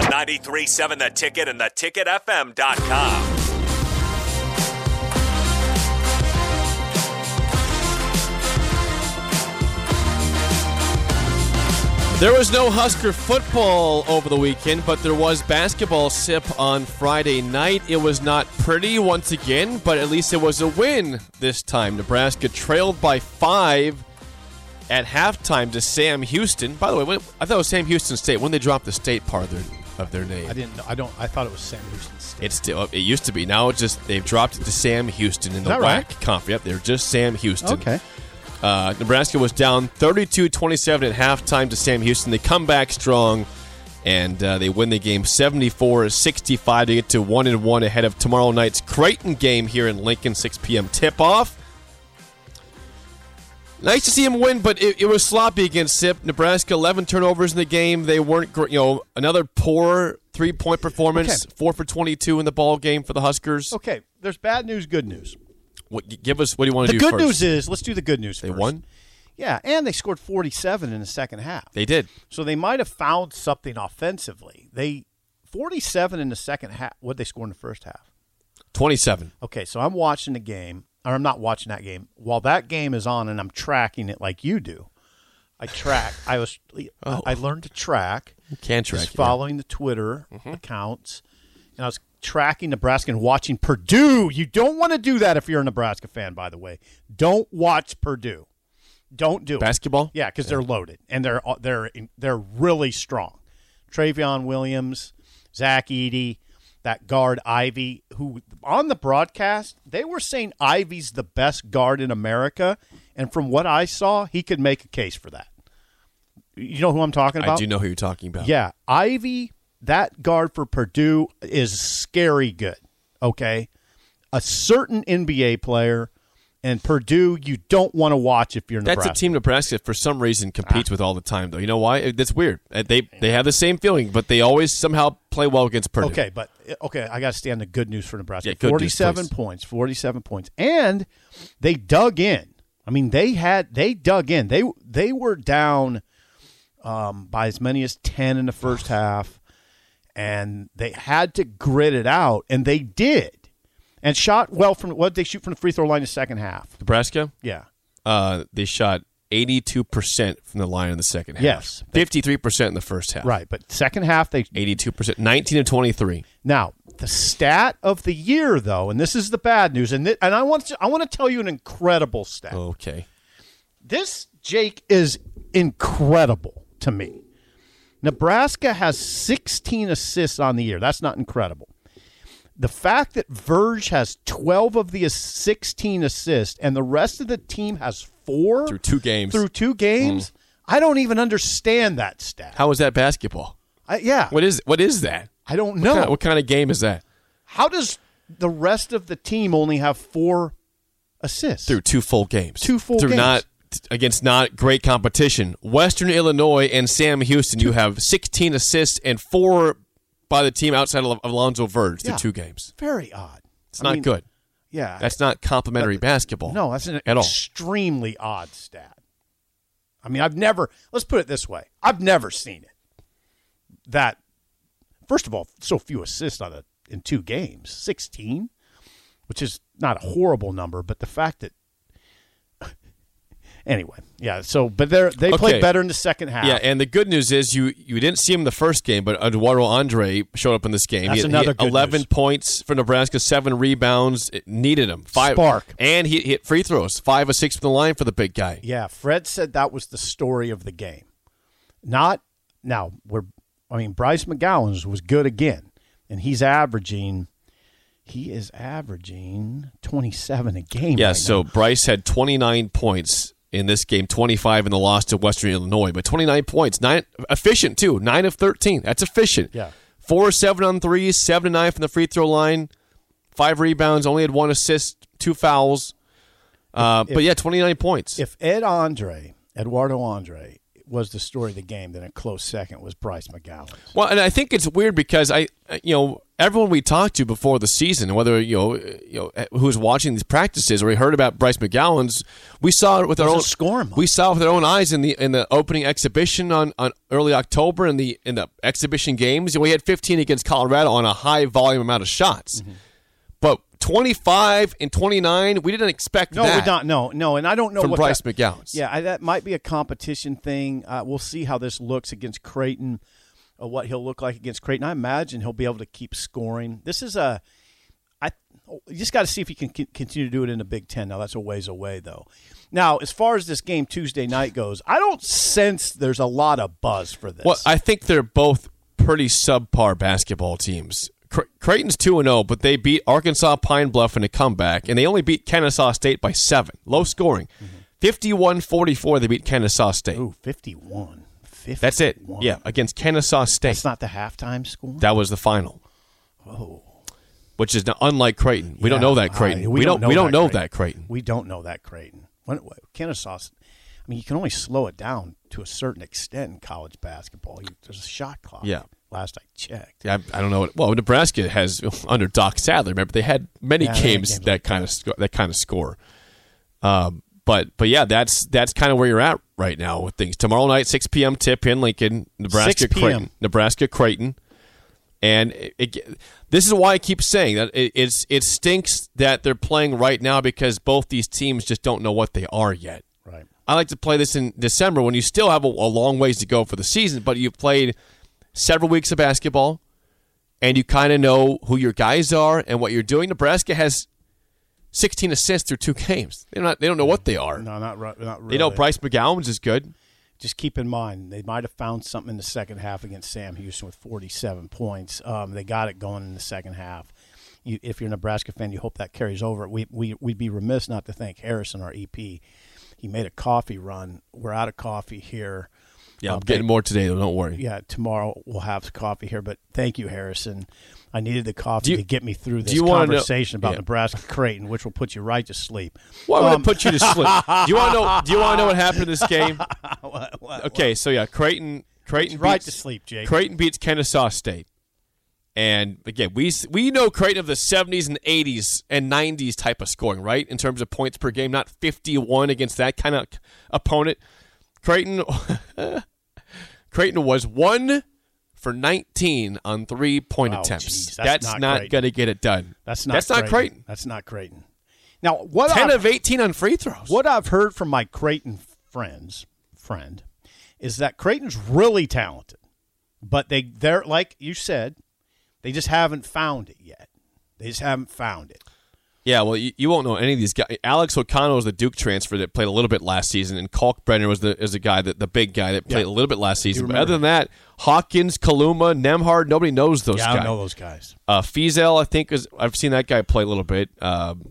937 The Ticket and theticketfm.com. There was no Husker football over the weekend, but there was basketball sip on Friday night. It was not pretty once again, but at least it was a win this time. Nebraska trailed by five at halftime to Sam Houston. By the way, when, I thought it was Sam Houston State. When they dropped the state part of their, of their name, I didn't. I don't. I thought it was Sam Houston State. it's still it used to be. Now it's just they've dropped it to Sam Houston in the that right? WAC conf. Yep, they're just Sam Houston. Uh, Nebraska was down 32 27 at halftime to Sam Houston. They come back strong and uh, they win the game 74 65 to get to 1 and 1 ahead of tomorrow night's Creighton game here in Lincoln, 6 p.m. tip off. Nice to see him win, but it, it was sloppy against SIP. Nebraska, 11 turnovers in the game. They weren't, gr- you know, another poor three point performance, Okay. 4 Oh. for 22 in the ball game for the Huskers. Okay. There's bad news. Good news. What, give us what do you want to The do good first? news is let's do the good news. they won? Yeah, and they scored 47 in the second half. They did. So they might have found something offensively. They 47 in the second half. What they score in the first half? 27. Okay, so I'm watching the game, or I'm not watching that game. While that game is on, and I'm tracking it like you do. I track. I was. I learned to track. Can't Oh. track was it, yeah. Mm-hmm. following the Twitter accounts, and I was tracking Nebraska and watching Purdue. You don't want to do that if you're a Nebraska fan, by the way. Don't watch Purdue. Don't do it. Basketball? Yeah, because they're loaded and they're they're they're really strong. Travion Williams, Zach Eady, that guard Ivy, who on the broadcast they were saying Ivy's the best guard in America, and from what I saw, he could make a case for that. You know who I'm talking about? I do know who you're talking about. Yeah, Ivy, that guard for Purdue is scary good. Okay, a certain NBA player, and Purdue, you don't want to watch if you're That's Nebraska. a team Nebraska for some reason competes Ah. with all the time though. You know why? It- That's weird. Uh, They they have the same feeling, but they always somehow play well against Purdue. Okay, but uh, okay, I got to stand the good news for Nebraska. Yeah, good news, forty-seven please. points, forty-seven points, and they dug in. I mean, they had they dug in. They they were down um, by as many as ten in the first half, and they had to grit it out, and they did, and shot well from what they shoot from the free throw line in the second half. Nebraska, Yeah, uh, they shot 82% from the line in the second half. Yes. 53% in the first half. right. But second half they 82%, 19 of 23. Now, the stat of the year, though, and this is the bad news, and thi- and I want to, I want to tell you an incredible stat. Okay. This Jake is incredible to me. Nebraska has 16 assists on the year. That's not incredible. The fact that Verge has 12 of the ass- 16 assists and the rest of the team has four Through two games. through two games, I don't even understand that stat. How is that basketball? I, yeah, What is what is that? I don't know. What kind of game is that? How does the rest of the team only have four assists? through two full games. Two full through games. not against not great competition. Western Illinois and Sam Houston. You have 16 assists and four by the team outside of Alonzo Verge through Yeah. two games. very odd. It's not good. Yeah, That's not complimentary basketball. no, that's an at all. extremely odd stat. I mean, I've never. Let's put it this way: I've never seen it. That first of all, so few assists on a, in two games, sixteen, which is not a horrible number, but the fact that. Anyway, yeah. So, but they they Okay. played better in the second half. Yeah, and the good news is you you didn't see him the first game, but Eduardo Andre showed up in this game. That's he, had- he another had good Eleven news. points for Nebraska, seven rebounds. It needed him. Five Spark. and he hit free throws, five or six from the line for the big guy. Yeah, Fred said that was the story of the game. Not now we're I mean Bryce McGowan's was good again and he's averaging he is averaging 27 a game. Yeah, right so now. Bryce had 29 points in this game, 25 in the loss to Western Illinois, but 29 points, nine efficient too, nine of 13. That's efficient. Yeah. four of seven on threes, seven to nine from the free throw line, five rebounds, only had one assist, two fouls. Uh, but yeah, 29 points. if Ed Andre, Eduardo Andre was the story of the game, then a close second was Bryce McGowan. Well, and I think it's weird because I, you know, everyone we talked to before the season, whether you know, you know, eh, who's watching these practices or we heard about Bryce McGowan's, we saw it with our It was a own scorer month. We saw it with our own eyes in the in the opening exhibition on, on early October and the in the exhibition games. We had 15 against Colorado on a high volume amount of shots, Mm-hmm. but 25 and 29, we didn't expect No, that we're not. No, no, and I don't know from what Bryce that- McGowan's. Yeah, I, that might be a competition thing. Uh, we'll see how this looks against Creighton, uh, what he'll look like against Creighton. I imagine he'll be able to keep scoring. This is a, I you just got to see if he can con- continue to do it in the Big Ten. Now that's a ways away though. Now as far as this game Tuesday night goes, I don't sense there's a lot of buzz for this. Well, I think they're both pretty subpar basketball teams. Cre- Creighton's 2 and 0, but they beat Arkansas Pine Bluff in a comeback, and they only beat Kennesaw State by 7. Low scoring. 51 44, they beat Kennesaw State. Ooh, 51. 51. uh, That's it. Yeah, against Kennesaw State. That's not the halftime score. that was the final. Oh. Which is not, unlike Creighton. We don't Yeah, know that I- Creighton. we, don't, we don't know that Creighton. We don't know that Creighton. When, what, Kennesaw, I mean, you can only slow it down to a certain extent in college basketball. You, there's a shot clock. Yeah. Last I checked. I, I don't know. What, well, Nebraska has under Doc Sadler. Remember, they had many Yeah, they had games games that kind of sco- that kind of score. Um, but but yeah, that's that's kind of where you're at right now with things. Tomorrow night, six p.m. tip in Lincoln, Nebraska, 6 p.m.. Creighton, Nebraska, Creighton, and it, it- this is why I keep saying that it, it's it stinks that they're playing right now because both these teams just don't know what they are yet. Right. I like to play this in December when you still have a, a long ways to go for the season, but you've played several weeks of basketball and you kind of know who your guys are and what you're doing. Nebraska has 16 assists through two games. They're not, they don't know what they are. No, not, ri- not really. They know Bryce McGowan's is good. Just keep in mind, they might have found something in the second half against Sam Houston with 47 points. Um, they got it going in the second half. You, if you're a Nebraska fan, you hope that carries over. We, we, we'd be remiss not to thank Harrison, our EP. He made a coffee run. We're out of coffee here. Um, Yeah, I'm they- getting more today, though. Don't worry. yeah, tomorrow we'll have coffee here. But thank you, Harrison. I needed the coffee Do you- to get me through this you wanna know- conversation about yeah. Nebraska Creighton, which will put you right to sleep. Why would Um, I put you to sleep? do you want to know? Do you want to know what happened in this game? okay, so yeah, Creighton, Creighton Right beats- to sleep, Jake. Creighton beats Kennesaw State. And again, we we know Creighton of the 70s and 80s and 90s type of scoring, right? In terms of points per game, not 51 against that kind of opponent. Creighton Creighton was 1 for 19 on three-point Wow, attempts. geez, that's that's not, not Creighton. going to get it done. That's not That's not Creighton. That's not Creighton. Now what 10 I've, of 18 on free throws. what I've heard from my Creighton friends friend is that Creighton's really talented, but they they're like you said, they just haven't found it yet. They just haven't found it. Yeah, well, you, you won't know any of these guys. Alex O'Connell was the Duke transfer that played a little bit last season, and Kalkbrenner was the is the guy that the big guy that played Yeah. a little bit last season. But remember other than that, Hawkins, Kaluma, Nemhard, nobody knows those Yeah, I guys. don't know those guys. Uh, Fiesel, I think is I've seen that guy play a little bit. Um,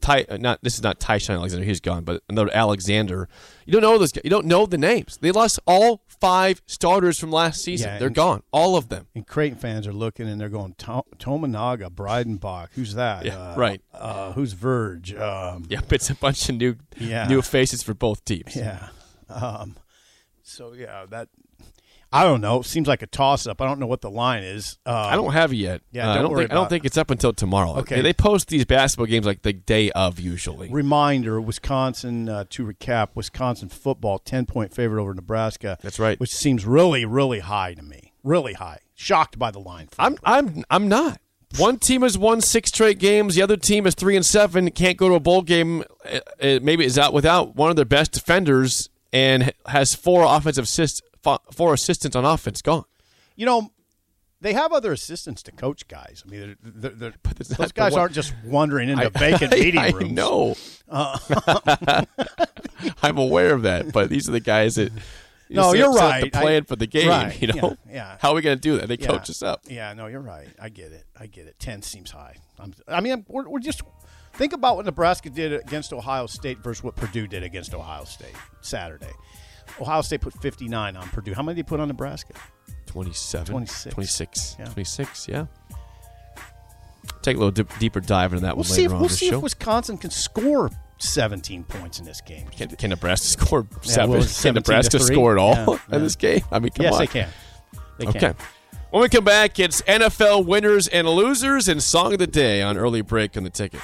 Ty, uh, not this is not Tyshawn Alexander, he's gone, but another Alexander. You don't know those guys. You don't know the names. They lost all five starters from last season. Yeah, They're and- gone, all of them. And Creighton fans are looking and they're going, "To- Tomanaga, Breidenbach, who's that? Yeah, Uh, right. Uh, who's Verge? Um, Yep, it's a bunch of new Yeah. new faces for both teams. yeah. Um, so, yeah, that, I don't know. Seems like a toss up. I don't know what the line is. Um, I don't have it yet. Yeah, Uh, I don't don't worry think I don't about think it's up until tomorrow. Okay. They, they post these basketball games like the day of usually. Reminder Wisconsin, uh, to recap, Wisconsin football, 10 point favorite over Nebraska. That's right. Which seems really, really high to me. Really high. Shocked by the line. I'm I'm I'm not. One team has won six straight games. The other team is three and seven. Can't go to a bowl game. uh, uh, Maybe is out without one of their best defenders and ha- has four offensive assist, fo- four assistants on offense gone. you know, they have other assistants to coach guys. I mean, they're, they're, they're, it's not those the guys one- aren't just wandering into vacant meeting I rooms. Uh. know. I'm aware of that, but these are the guys that. you No, set- you're set up right. The I- plan for the game, right, you know. yeah, yeah. How are we going to do that? They Yeah. coach us up. Yeah, no, you're right. I get it. I get it. Ten seems high. I'm, I mean, I'm- we're, we're just think about what Nebraska did against Ohio State versus what Purdue did against Ohio State Saturday. Ohio State put 59 on Purdue. How many did they put on Nebraska? 27 26. 26 Yeah. 26 yeah take a little dip, deeper dive into that one We'll see. later If, on we'll in the see show if Wisconsin can score 17 points in this game. can, can Nebraska score seven? well, it's can 17 to Nebraska three. score at all Yeah, yeah. in this game? I mean, come yes, on. they can. They Okay. can. When we come back, it's NFL winners and losers and song of the day on early break on the ticket.